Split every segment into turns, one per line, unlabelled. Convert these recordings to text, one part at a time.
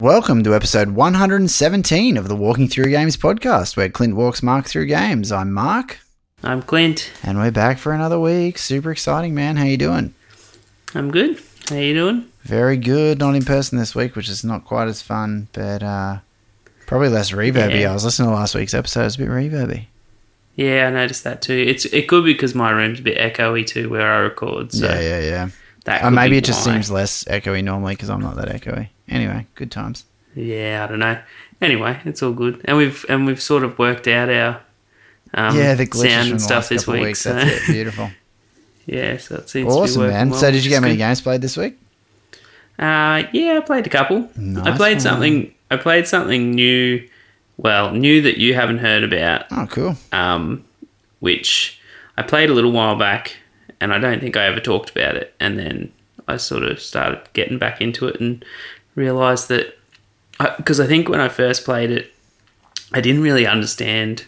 Welcome to episode 117 of the Walking Through Games podcast, where Clint walks Mark through games. I'm Mark,
I'm Clint.
and we're back for another week. Super exciting, man. How you doing?
I'm good. How you doing?
Very good. Not in person this week, which is not quite as fun, but uh, probably less reverby.
Yeah.
I was listening to last week's episode; it was a bit reverby.
Yeah, I noticed that too. It's it could be because my room's a bit echoey too, where I record. So
yeah, yeah, yeah.
that
Or
could
maybe
be
it just
why.
seems less echoey normally because I'm not that echoey. Anyway, good times.
Yeah, I don't know. Anyway, it's all good, and we've and we've sort of worked out our um,
yeah, the glitches
sound
from
and
the
stuff
last
this
couple
week.
of weeks.
so
That's it. Beautiful.
yeah, so it seems to be
awesome,
working
man.
Well,
so, did you
which
get
is
many
good.
games played this week?
Uh, yeah, I played a couple.
Nice
I played
one.
something. I played something new. Well, new that you haven't heard about.
Oh, cool.
um, which I played a little while back, and I don't think I ever talked about it. And then I sort of started getting back into it and realized that because I, think when I first played it, I didn't really understand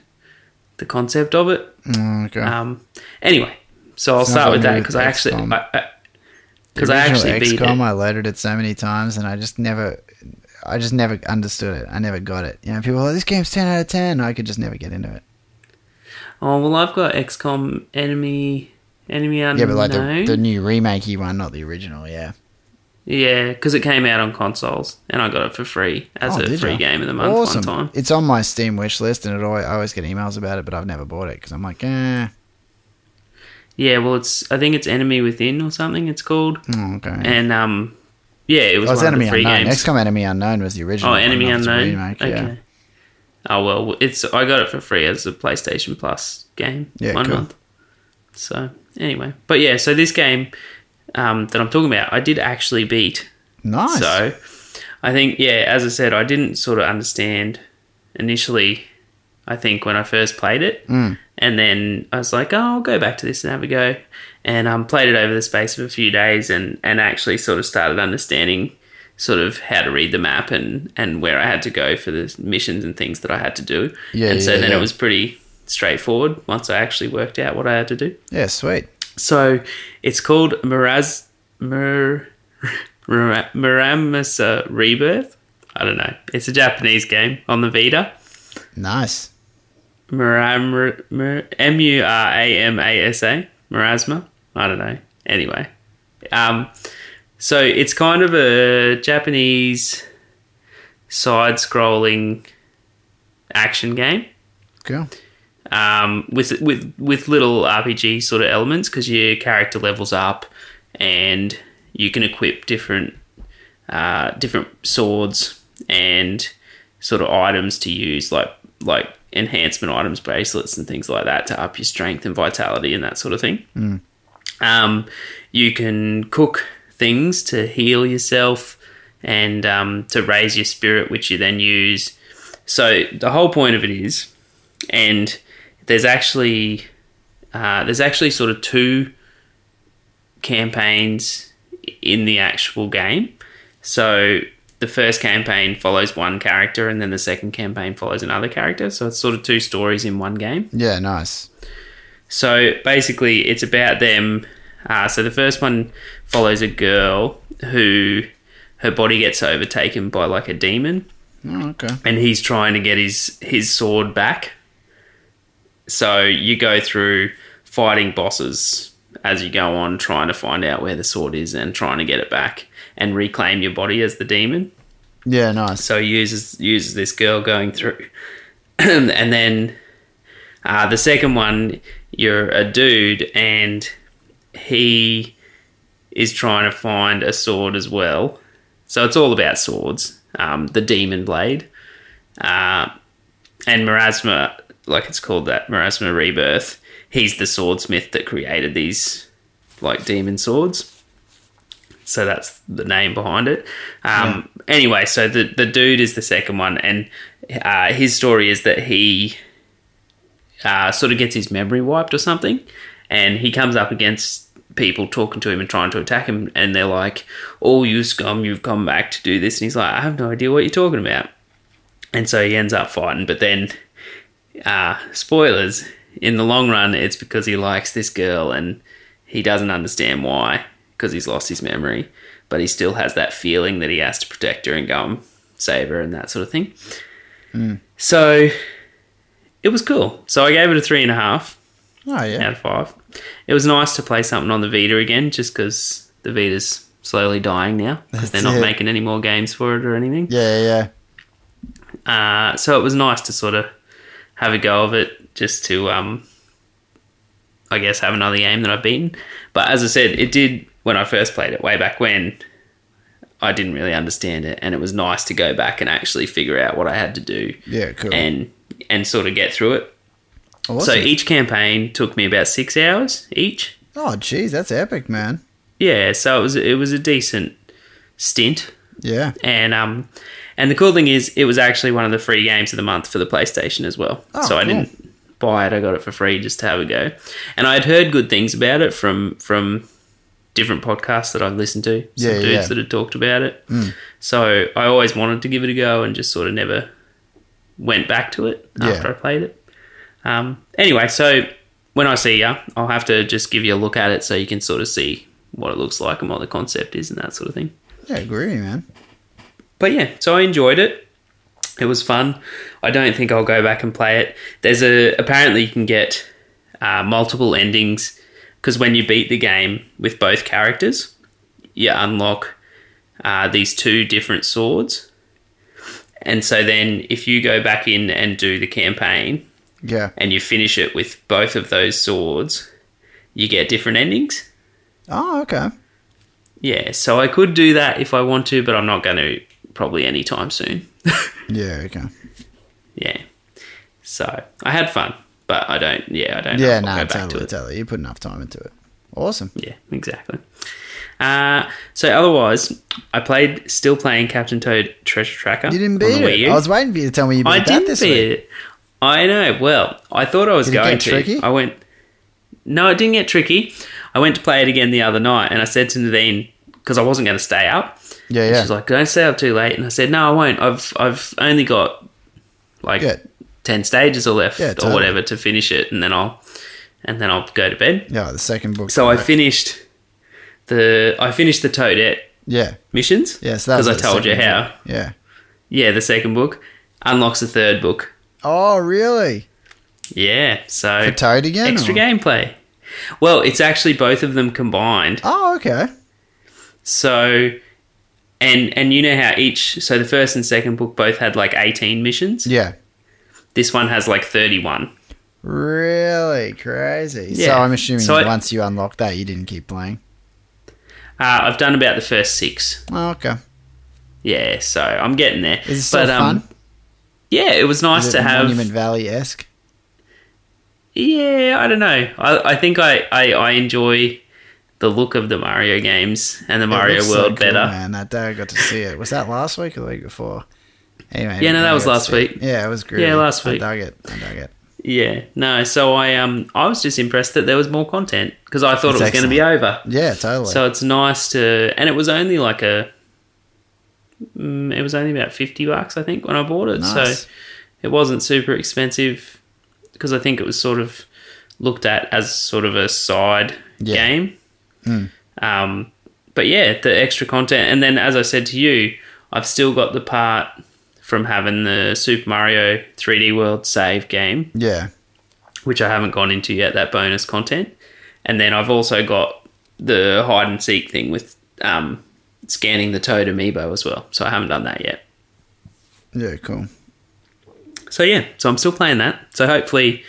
the concept of it.
Mm, okay.
Um, anyway, so I'll
Sounds
start
like
with
me
that
with
because I actually
XCOM.
because
The
I
original
actually beat
XCOM,
it.
I loaded it so many times, and I just never, I just never understood it. I never got it. You know, people are like, "This game's ten out of 10. I could just never get into it.
Oh well, I've got XCOM enemy enemy unknown.
Yeah, but like the, the new remakey one, not the original. Yeah.
Yeah, because it came out on consoles, and I got it for free as
Oh,
a
did
free
ya?
game of the month
awesome.
one time.
It's on my Steam wish list, and it always, I always get emails about it, but I've never bought it because I'm like, eh.
Yeah, well, it's I think it's Enemy Within or something it's called,
Oh, okay.
and um, yeah, it was
Oh,
one
it's Enemy
of the free
Unknown.
games.
XCOM Enemy Unknown was the original.
oh,
one,
Enemy
not its
Unknown.
remake,
okay.
Yeah.
Oh well, it's I got it for free as a PlayStation Plus game
Yeah,
one
cool.
month. So anyway, but yeah, so this game um, that I'm talking about, I did actually beat.
Nice.
So I think, yeah, as I said, I didn't sort of understand initially, I think, when I first played it.
Hmm.
Mm. And then I was like, oh, I'll go back to this and have a go. And um, played it over the space of a few days and, and actually sort of started understanding sort of how to read the map and, and where I had to go for the missions and things that I had to do.
Yeah,
and so
yeah,
then
yeah.
it was pretty straightforward once I actually worked out what I had to do.
yeah, sweet.
So it's called Miraz Mir, Mira- Miramasa Rebirth. I don't know. It's a Japanese game on the Vita.
Nice.
Miram Mir- M U R A M A S A Mirasma. I don't know. Anyway, um, so it's kind of a Japanese side-scrolling action game
Cool.
um, with with with little RPG sort of elements because your character levels up and you can equip different uh, different swords and sort of items to use like like enhancement items, bracelets, and things like that to up your strength and vitality and that sort of thing. Um, you can cook things to heal yourself and um, to raise your spirit, which you then use. So the whole point of it is, and there's actually uh, there's actually sort of two campaigns in the actual game. So the first campaign follows one character, and then the second campaign follows another character. So it's sort of two stories in one game.
Yeah, nice.
So basically, it's about them. Uh, so the first one follows a girl who her body gets overtaken by like a demon,
Oh, okay.
and he's trying to get his his sword back. So you go through fighting bosses as you go on, trying to find out where the sword is and trying to get it back and reclaim your body as the demon
Yeah, nice.
so he uses uses this girl going through, and then uh, the second one, you're a dude, and he is trying to find a sword as well. So it's all about swords. Um, the demon blade, uh, and Marasma, like it's called that Marasma Rebirth. He's the swordsmith that created these like demon swords so that's the name behind it. Um, Anyway, so the the dude is the second one, and uh, his story is that he uh, sort of gets his memory wiped or something, and he comes up against people talking to him and trying to attack him, and they're like, "Oh, you scum! You've come back to do this," and he's like, "I have no idea what you're talking about," and so he ends up fighting, but then. Uh, spoilers. In the long run, it's because he likes this girl and he doesn't understand why because he's lost his memory, but he still has that feeling that he has to protect her and go and saber and that sort of thing.
Hmm.
So it was cool. So I gave it a three and a half
Oh yeah.
out of five. It was nice to play something on the Vita again, just because the Vita's slowly dying now because they're
That's
not
it.
making any more games for it or anything.
Yeah, yeah.
Uh, so it was nice to sort of have a go of it, just to, um, I guess, have another game that I've beaten. But as I said, it did when I first played it way back when. I didn't really understand it, and it was nice to go back and actually figure out what I had to do
Yeah, cool.
and and sort of get through it.
awesome.
So each campaign took me about six hours each.
oh, jeez, that's epic, man.
Yeah, so it was it was a decent stint,
Yeah.
and um, and the cool thing is it was actually one of the free games of the month for the PlayStation as well.
Oh,
so I
cool.
didn't buy it; I got it for free just to have a go. And I had heard good things about it from from different podcasts that I've listened to, some
Yeah,
dudes
yeah. Hmm.
that had talked about it. So I always wanted to give it a go, and just sort of never went back to it
Yeah.
after I played it. Um, anyway, so when I see you, I'll have to just give you a look at it so you can sort of see what it looks like and what the concept is and that sort of thing.
Yeah, agree, man.
But yeah, so I enjoyed it. It was fun. I don't think I'll go back and play it. There's a apparently you can get uh, multiple endings because when you beat the game with both characters, you unlock uh, these two different swords. And so then, if you go back in and do the campaign,
Yeah.
and you finish it with both of those swords, you get different endings.
Oh, okay.
Yeah, so I could do that if I want to, but I'm not going to probably anytime soon.
Yeah, okay.
yeah. So I had fun, but I don't, yeah, I don't
Yeah,
know. if
no,
I'll go back to
totally,
it.
totally. You put enough time into it. Awesome.
Yeah, exactly. Uh, so otherwise, I played, still playing Captain Toad Treasure Tracker.
You didn't
on the
beat
Wii
it.
U.
I was waiting for you to tell me you beat
I
that
didn't
this
beat
week.
it. I know. Well, I thought I was
Did it
going
get
to.
tricky?
I went. No, it didn't get tricky. I went to play it again the other night, and I said to Nadine because I wasn't going to stay up.
Yeah,
And
yeah.
She's like, "Don't stay up too late," and I said, "No, I won't. I've I've only got like
Yeah.
ten stages or left
Yeah,
or
totally.
whatever to finish it, and then I'll and then I'll go to bed."
yeah, the second book.
So I finished the I finished the Toadette
yeah,
missions.
yeah. So that
because
was
I
the
told you
second
how.
book. Yeah.
Yeah, the second book unlocks the third book.
Oh, really?
Yeah, so
For Toad again?
extra
or-
gameplay. Well, it's actually both of them combined.
Oh, okay.
So, and and you know how each so the first and second book both had like eighteen missions.
Yeah.
This one has like thirty one.
Really crazy. So
Yeah.
I'm assuming
So I-
once you unlock that, you didn't keep playing.
Uh, I've done about the first six.
Oh, okay.
Yeah, so I'm getting there. um,
Is it still fun?
Yeah, it was nice
Is
to
it
have.
Monument Valley esque.
Yeah, I don't know. I, I think I, I, I enjoy the look of the Mario games and the Mario World better.
Man, that day I got to see it. Was that last week or the week before? Anyway,
Yeah, no, that
I
was
got to
last
see it.
week.
Yeah, it was great.
Yeah, last week.
I dug it. I dug it.
Yeah, no. So I um I was just impressed that there was more content because I thought
That's
it was going to be over.
Yeah, totally.
So it's nice to, and it was only like a, mm, it was only about fifty bucks I think when I bought it.
Nice.
So it wasn't super expensive because I think it was sort of looked at as sort of a side
Yeah. Hmm.
game. Um, but yeah, the extra content, and then as I said to you, I've still got the part from having the Super Mario 3D World save game
yeah,
which I haven't gone into yet, that bonus content. And then I've also got the hide and seek thing with um, scanning the Toad amiibo as well. So I haven't done that yet.
yeah, cool.
So yeah, so I'm still playing that. So hopefully,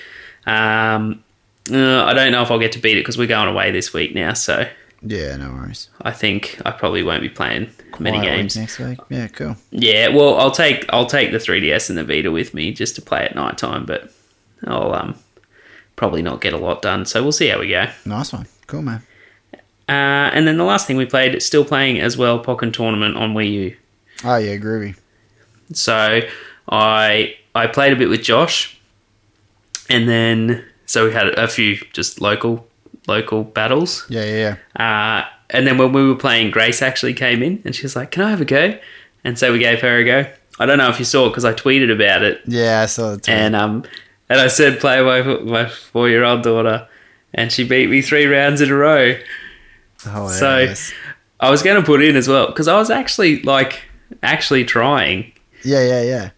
um, uh, I don't know if I'll get to beat it because we're going away this week now. So
Yeah, no worries.
I think I probably won't be playing many
Quiet
games.
week eh? next week. Yeah, cool.
Yeah, well, I'll take I'll take the 3DS and the Vita with me just to play at night time, but I'll um, probably not get a lot done. So we'll see how we go.
Nice one. Cool, man.
Uh, and then the last thing we played, still playing as well, Pokken Tournament on Wii U.
Oh yeah, groovy.
So I I played a bit with Josh, and then so we had a few just local local battles.
Yeah, yeah, yeah.
Uh, and then when we were playing, Grace actually came in and she was like, "Can I have a go?" And so we gave her a go. I don't know if you saw it because I tweeted about it,
Yeah, I saw the tweet.
and um, and I said, "Play my my four year old daughter," and she beat me three rounds in a row.
Hilarious.
I was going to put in as well because I was actually like actually trying
Yeah, yeah, yeah.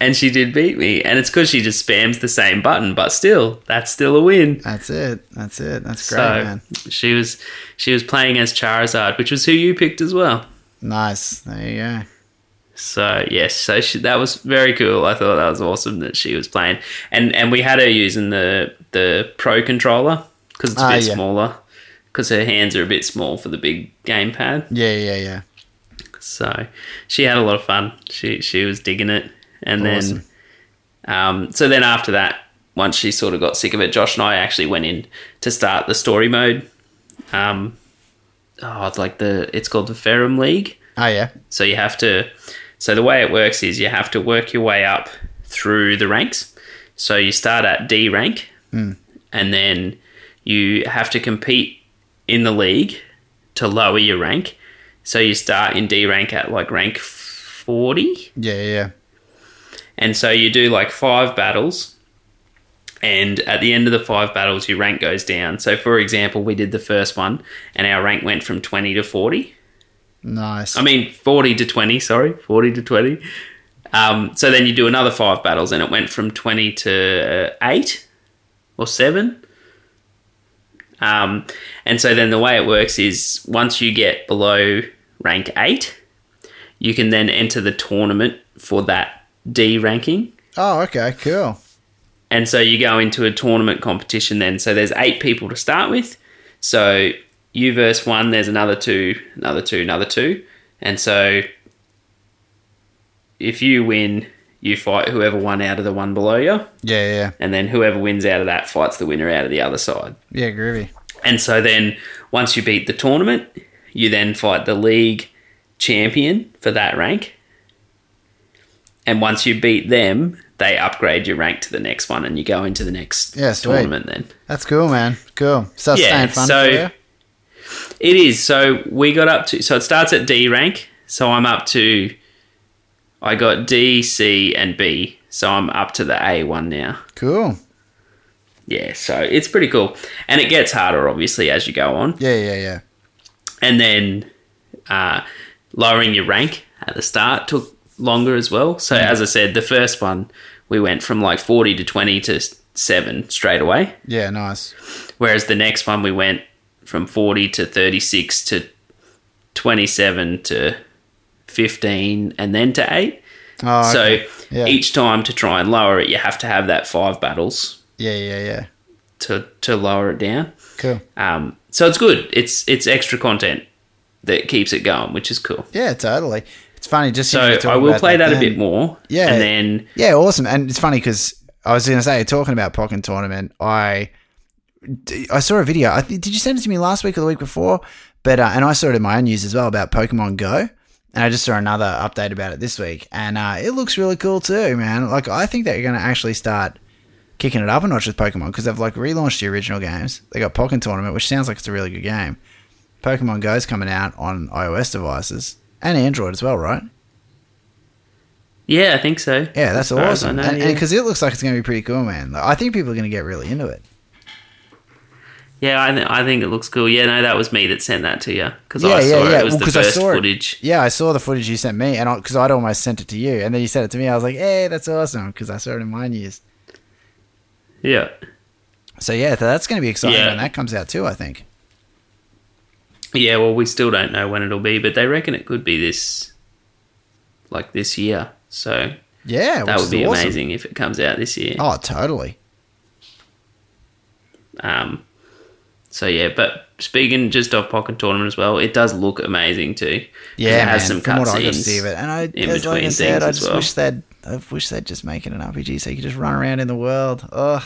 and she did beat me. And it's because she just spams the same button, but still, that's still a win.
That's it. That's it. That's great,
so
man.
she was she was playing as Charizard, which was who you picked as well.
Nice. There you go.
So yes, so she, that was very cool. I thought that was awesome that she was playing, and and we had her using the the pro controller because it's a
Ah,
bit
yeah.
smaller because her hands are a bit small for the big gamepad.
Yeah, yeah, yeah.
So she had a lot of fun. She she was digging it, and
Awesome.
then um, so then after that, once she sort of got sick of it, Josh and I actually went in to start the story mode. Um, oh, it's like the it's called the Ferrum League.
Oh yeah.
So you have to. So the way it works is you have to work your way up through the ranks. So you start at D rank, and then you have to compete in the league to lower your rank. So you start in D rank at like rank forty,
Yeah, yeah, yeah.
and so you do like five battles. And at the end of the five battles, your rank goes down. So, for example, we did the first one, and our rank went from 20 to 40.
Nice.
I mean, 40 to 20, sorry, 40 to 20. Um, so then you do another five battles, and it went from 20 to uh, 8 or 7. Um, and so then the way it works is once you get below rank 8, you can then enter the tournament for that D ranking.
oh, okay, cool.
And so you go into a tournament competition then. So there's eight people to start with. So you verse one, there's another two, another two, another two. And so if you win, you fight whoever won out of the one below you.
Yeah, yeah, yeah.
And then whoever wins out of that fights the winner out of the other side.
Yeah, groovy.
And so then once you beat the tournament, you then fight the league champion for that rank. And once you beat them, they upgrade your rank to the next one and you go into the next
Yeah, sweet.
tournament then.
That's cool, man. Cool. So that's
Yeah,
staying fun
so-
for you.
It is. So we got up to so it starts at D rank. So I'm up to I got D, C and B. So I'm up to the A one now.
Cool.
Yeah, so it's pretty cool. And it gets harder obviously as you go on.
Yeah, yeah, yeah.
and then uh, lowering your rank at the start took longer as well.
Mm.
So as I said, the first one we went from like forty to twenty to s- seven straight away,
Yeah, nice.
whereas the next one we went from forty to thirty six to twenty seven to fifteen, and then to eight.
Oh, okay.
So
Yeah.
each time to try and lower it, you have to have that five battles
yeah, yeah, yeah.
to to lower it down.
Cool.
Um, so it's good. It's it's extra content that keeps it going, which is cool.
Yeah, totally. It's funny. Just
So
hearing you talk
I will
about
play that, a
then.
bit more.
Yeah.
And then,
Yeah, awesome. And it's funny because I was going to say, talking about Pokken Tournament, I I saw a video. I, think- did you send it to me last week or the week before? But uh, and I saw it in my own news as well about Pokemon Go, and I just saw another update about it this week, and uh, it looks really cool too, man. Like I think they're going to actually start kicking it up a notch with Pokemon because they've like relaunched the original games. They got Pokken Tournament, which sounds like it's a really good game. Pokemon Go's coming out on iOS devices and Android as well, right?
yeah, I think so.
Yeah, that's
As far as I
awesome.
know,
and
yeah.
because it looks like it's going to be pretty cool, man. Like, I think people are going to get really into it.
yeah, I, th- I think it looks cool. Yeah, no, that was me that sent that to you because
yeah,
I saw
yeah, yeah.
it was
Well,
the
'cause I
first
saw it.
footage.
Yeah, I saw the footage you sent me, and because I'd almost sent it to you, and then you sent it to me, I was like, "Hey, that's awesome!" Because I saw it in my news.
Yeah,
So yeah, so that's going to be exciting
Yeah.
when that comes out too. I think.
yeah. Well, we still don't know when it'll be, but they reckon it could be this, like this year. So
Yeah,
that
which
would
is
be
awesome.
amazing if it comes out this year.
Oh, totally.
Um, so yeah, but speaking just of pocket tournament as well, it does look amazing too. 'Cause
Yeah,
it has
man,
some
from what I could
cutscenes.
see of it, and I,
in
as like I
between
said,
things
I
as
just
well.
wish they'd, I wish they'd just make it an RPG so you could just run around in the world. Ugh.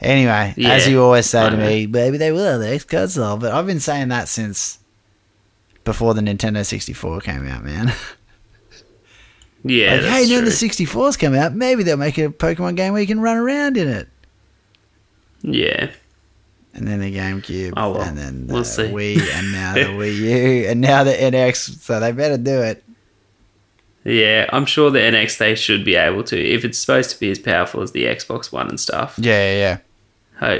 Anyway, as
Yeah,
you always say
I
to
know.
me, maybe they will the next console, but I've been saying that since before the Nintendo 64 came out, man.
Yeah,
like,
that's
hey, now
true.
the 64's come out, maybe they'll make a Pokemon game where you can run around in it.
yeah.
And then the GameCube,
Oh, well,
and then the
we'll see.
Wii, and now the Wii U, and now the NX. So they better do it.
Yeah, I'm sure the NX they should be able to. If it's supposed to be as powerful as the Xbox One and stuff,
Yeah, yeah, yeah,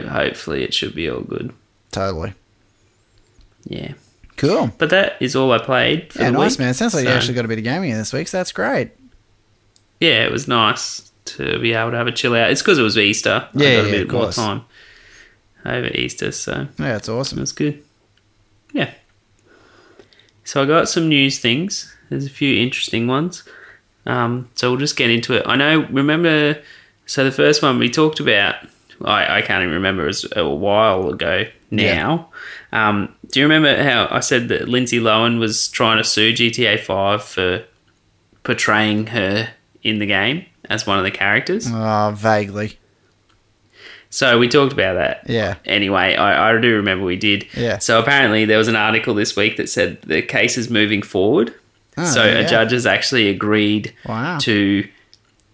ho- hopefully it should be all good.
totally.
Yeah.
Cool.
But that is all I played. For
Yeah,
the
nice,
week.
man. It sounds like you
So,
actually got a bit of gaming in this week, so that's great.
Yeah, it was nice to be able to have a chill out. It's because it was Easter.
Yeah,
I got
yeah,
a bit
of
more
course.
time over Easter, so
Yeah, that's
it
awesome.
was good. Yeah. So I got some news things. There's a few interesting ones. Um, so we'll just get into it. I know. Remember, so the first one we talked about. I, I can't even remember. It was a while ago now. Um, do you remember how I said that Lindsay Lohan was trying to sue GTA Five for portraying her in the game as one of the characters?
Oh, vaguely.
So we talked about that
Yeah.
anyway, I, I do remember we did.
Yeah.
So apparently there was an article this week that said the case is moving forward.
Oh,
so
there you
a
go.
judge has actually agreed
Wow.
to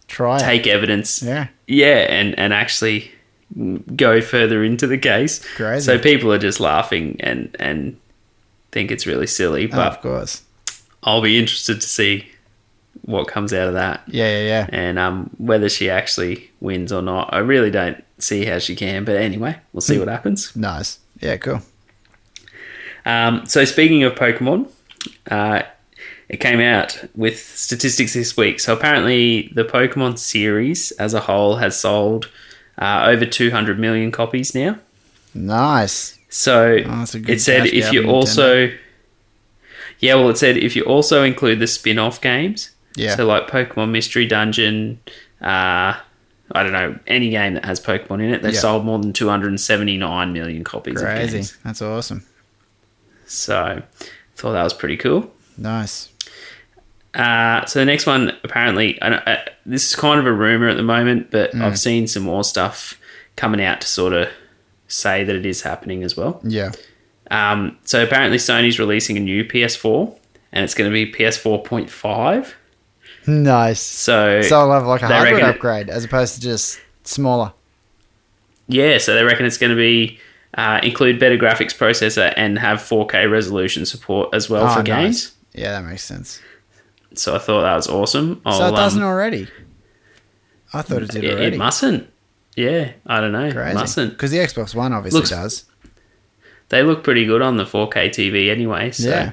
Try it.
take evidence.
Yeah.
Yeah, and, and actually go further into the case.
Crazy.
So people are just laughing and, and think it's really silly.
Oh, of
But
course.
I'll be interested to see what comes out of that
Yeah, yeah, yeah.
and um, whether she actually wins or not. I really don't see how she can. But anyway, we'll
Hmm.
see what happens.
Nice. Yeah, cool.
Um, so speaking of Pokemon, uh, it came out with statistics this week. So apparently, the Pokemon series as a whole has sold uh, over 200 million copies now.
Nice.
So
Oh, that's a good
it said
cash
if
grab
you
for Nintendo.
also, yeah, well, it said if you also include the spin-off games,
Yeah.
so like Pokemon Mystery Dungeon, uh, I don't know, any game that has Pokemon in it, they've
Yeah.
sold more than 279 million copies. Of
Crazy.
games.
That's awesome.
So thought that was pretty cool.
Nice.
Uh, so the next one, apparently, I don't- uh, this is kind of a rumor at the moment, but
Mm.
I've seen some more stuff coming out to sort of say that it is happening as well.
Yeah.
Um, so apparently, Sony's releasing a new PS4, and it's going to be PS4.5.
Nice.
So,
So I'll have like a
they
hybrid
reckon it-
upgrade as opposed to just smaller.
yeah, so they reckon it's going to be uh, include better graphics processor and have 4K resolution support as well
Oh,
for
nice.
games.
Yeah, that makes sense.
So I thought that was awesome. I'll,
So it doesn't
um,
already. I thought it did
it,
already.
it mustn't. Yeah, I don't know.
Crazy.
Mustn't.
Because the Xbox One obviously
Looks-
does.
they look pretty good on the 4K TV anyway. So
Yeah.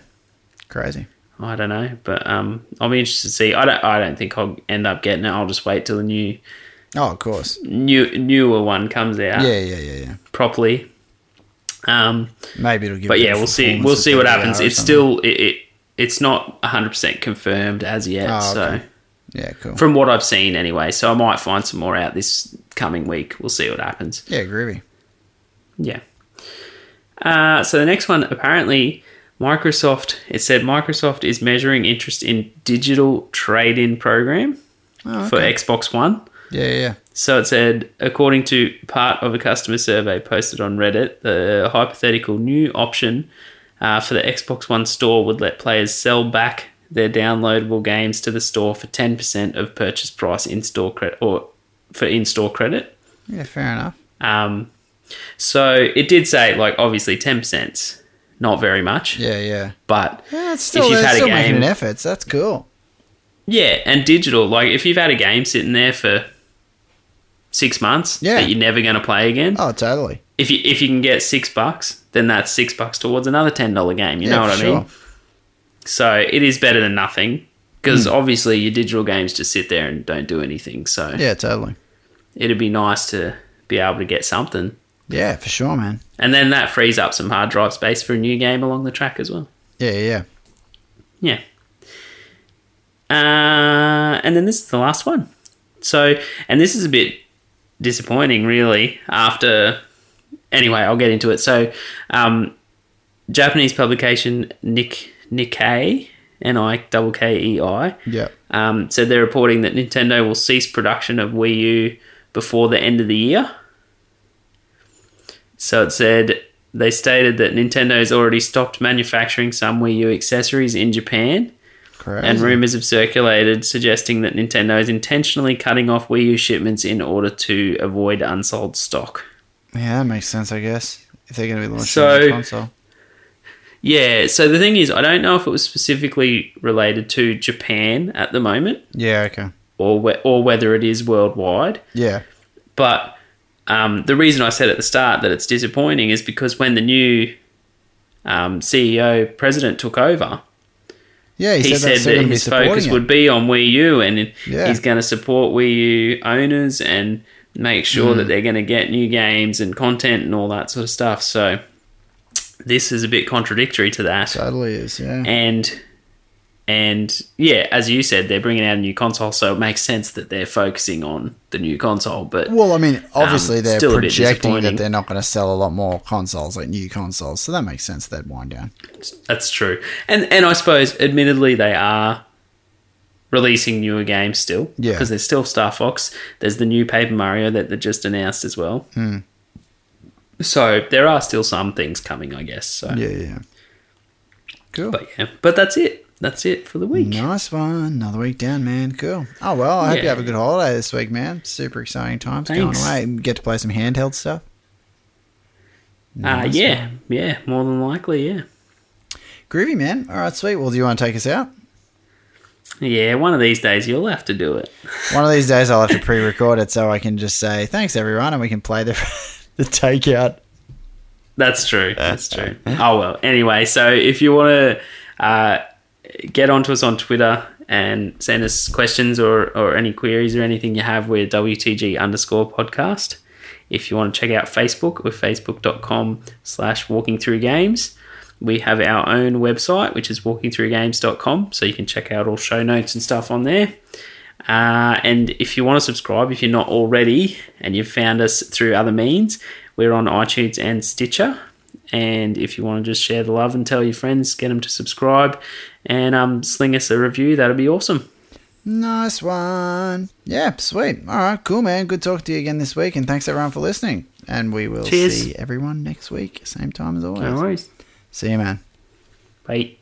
Crazy.
I don't know, but um, I'll be interested to see. I don't. I don't think I'll end up getting it. I'll just wait till the new,
Oh, of course.
new newer one comes out
Yeah, yeah, yeah, yeah.
properly. Um,
Maybe it'll give.
but
it
yeah,
a
we'll see.
performance
We'll
of
see what
30
happens.
hour or
It's
something.
still it, it. It's not 100 percent confirmed as yet.
Oh,
So
okay. Yeah, cool.
from what I've seen anyway, so I might find some more out this coming week. We'll see what happens.
yeah, groovy.
Yeah. Uh, so the next one, apparently, Microsoft. It said Microsoft is measuring interest in digital trade-in program
Oh,
for
okay.
Xbox One.
yeah, yeah, yeah.
So it said, according to part of a customer survey posted on Reddit, the hypothetical new option uh, for the Xbox One store would let players sell back their downloadable games to the store for ten percent of purchase price in-store credit or for in-store credit.
Yeah, fair enough.
Um, so it did say, like, obviously 10%'s not very much,
Yeah, yeah.
but
Yeah, it's still,
if you've
they're
had
still
a
making an
game,
effort. So that's cool.
yeah, and digital, like, if you've had a game sitting there for six months
Yeah.
that you're never going to play again,
Oh, totally.
if you if you can get six bucks, then that's six bucks towards another ten dollar game. You
Yeah,
know what
for
I mean? So it is better than nothing because
Hmm.
obviously your digital games just sit there and don't do anything. So
Yeah, totally.
it'd be nice to be able to get something.
Yeah, for sure, man.
And then that frees up some hard drive space for a new game along the track as well.
Yeah, yeah, yeah.
Yeah. Uh, and then this is the last one. So, and this is a bit disappointing, really. After, anyway, I'll get into it. So, um, Japanese publication Nik Nikkei N I double K E I
Yeah.
um, said they're reporting that Nintendo will cease production of Wii U before the end of the year. So it said they stated that Nintendo has already stopped manufacturing some Wii U accessories in Japan,
Crazy.
and rumors have circulated suggesting that Nintendo is intentionally cutting off Wii U shipments in order to avoid unsold stock.
yeah, that makes sense, I guess. If they're going to be launching
So-
a new console.
Yeah, so the thing is, I don't know if it was specifically related to Japan at the moment,
Yeah, okay.
or whe- or whether it is worldwide.
Yeah.
But um, the reason I said at the start that it's disappointing is because when the new um, CEO president took over,
Yeah, he,
he
said,
said
that's they're
that
going to be
his
supporting
focus
it.
would be on Wii U and
Yeah.
he's going to support Wii U owners and make
Mm.
sure that they're going to get new games and content and all that sort of stuff. So this is a bit contradictory to that.
totally is. Yeah,
And and yeah, as you said, they're bringing out a new console, so it makes sense that they're focusing on the new console. But
Well, I mean, obviously
Um,
they're
still a bit
projecting that
disappointing.
they're not going to sell a lot more consoles, like new consoles. So that makes sense. They'd wind down.
That's true. And and I suppose admittedly they are releasing newer games still.
Yeah.
Because there's still Star Fox. There's the new Paper Mario that they just announced as well.
Hmm.
So there are still some things coming, I guess. So
Yeah, yeah. yeah. Cool.
but yeah. But that's it. That's it for the week.
Nice one. Another week down, man. Cool. Oh well, I hope you
Yeah.
have a good holiday this week, man. Super exciting times
Thanks.
going away. and Get to play some handheld stuff.
uh,
Nice
yeah. Yeah. More than likely, yeah.
Groovy, man. All right, sweet. Well, do you want to take us out?
Yeah, one of these days you'll have to do it.
One of these days, I'll have to pre-record it so I can just say thanks, everyone, and we can play the the takeout.
That's true. That's true. oh well. Anyway, so if you want to uh, get onto us on Twitter and send us questions or, or any queries or anything you have, we're WTG underscore podcast. If you want to check out Facebook, we're facebook.com slash walking through games. We have our own website, which is walkingthroughgames.com, so you can check out all show notes and stuff on there. Uh, and if you want to subscribe, if you're not already, and you've found us through other means, we're on iTunes and Stitcher. And if you want to just share the love and tell your friends, get them to subscribe and um, sling us a review, that'd be awesome.
Nice one. Yeah, sweet. All right, cool, man. Good talking to you again this week, and thanks everyone for listening. And we will
Cheers.
see everyone next week, same time as always.
No worries.
See you, man.
Bye.